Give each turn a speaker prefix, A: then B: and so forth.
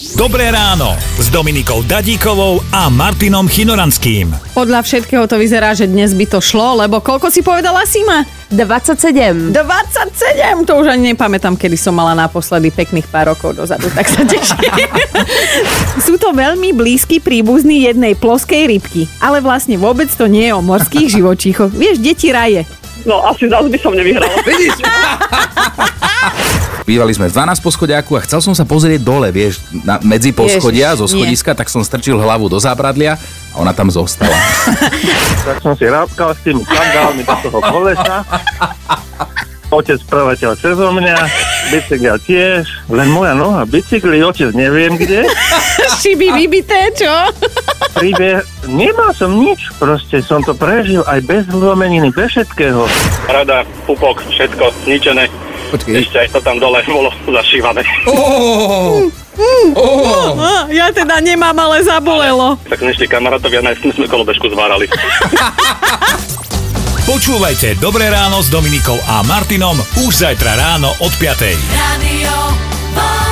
A: Dobré ráno s Dominikou Dadíkovou a Martinom Chinoranským.
B: Podľa všetkého to vyzerá, že dnes by to šlo, lebo koľko si povedala Sima?
C: 27.
B: 27! To už ani nepamätám, kedy som mala naposledy pekných pár rokov dozadu, tak sa teším. Sú to veľmi blízky príbuzní jednej ploskej rybky, ale vlastne vôbec to nie je o morských živočíchoch. Vieš, deti raje.
D: No, asi zás by som nevyhrala.
E: Vidíš? Bývali sme v 12 poschodiaku a chcel som sa pozrieť dole, vieš, na, medzi poschodia
B: Ježiš,
E: zo schodiska, tak som strčil hlavu do zábradlia a ona tam zostala.
F: tak som si rábkal s tými sandálmi do toho kolesa. Otec prevetel cezo mňa, bicykel tiež, len moja noha bicykli, otec neviem kde.
B: Šiby vybité, čo?
F: Príbeh, nemal som nič, proste som to prežil aj bez zlomeniny, bez všetkého.
G: rada, pupok, všetko zničené.
E: Počkej.
G: Ešte aj to tam dole bolo zašívané.
E: Oh, oh.
B: Á, Ja teda nemám, ale zabolelo.
G: Tak sme ešte kamarátovia, najskôr sme kolobežku zvárali.
A: Počúvajte Dobré ráno s Dominikou a Martinom už zajtra ráno od 5.
H: Radio Box.